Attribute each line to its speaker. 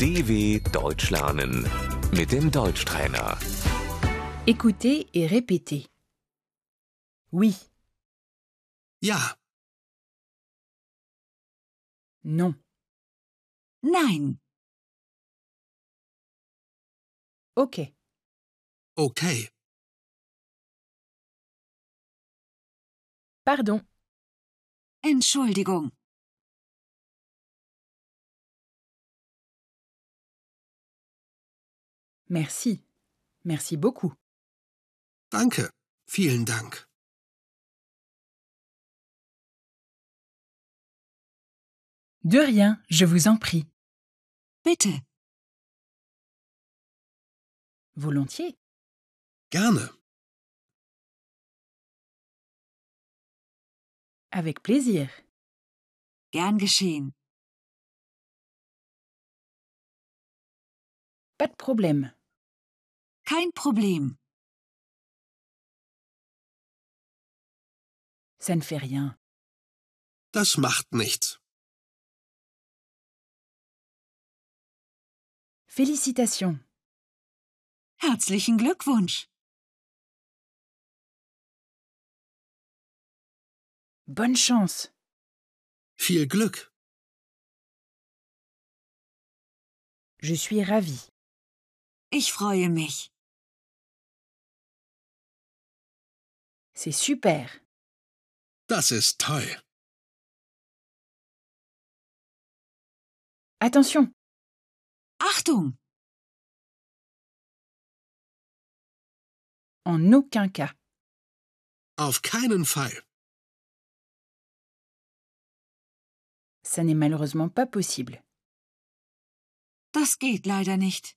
Speaker 1: DW Deutsch lernen mit dem Deutschtrainer.
Speaker 2: Écoutez et répétez. Oui,
Speaker 3: Ja,
Speaker 2: non,
Speaker 4: Nein,
Speaker 2: ok,
Speaker 3: okay,
Speaker 2: pardon,
Speaker 4: Entschuldigung,
Speaker 2: merci, merci beaucoup.
Speaker 3: danke, vielen Dank.
Speaker 2: De rien, je vous en prie.
Speaker 4: bitte,
Speaker 2: Volontiers.
Speaker 3: Gerne,
Speaker 2: Avec plaisir.
Speaker 4: gern geschehen.
Speaker 2: Pas de problème.
Speaker 4: Kein Problem,
Speaker 2: Ça ne fait rien.
Speaker 3: das macht nichts.
Speaker 2: Félicitations.
Speaker 4: herzlichen Glückwunsch.
Speaker 2: Bonne chance.
Speaker 3: Viel Glück,
Speaker 2: Je suis ravie.
Speaker 4: Ich freue mich.
Speaker 2: C'est super.
Speaker 3: das ist toll.
Speaker 2: Attention,
Speaker 4: Achtung,
Speaker 2: en aucun cas.
Speaker 3: Auf keinen Fall.
Speaker 2: Ça n'est malheureusement pas possible.
Speaker 4: das geht leider nicht.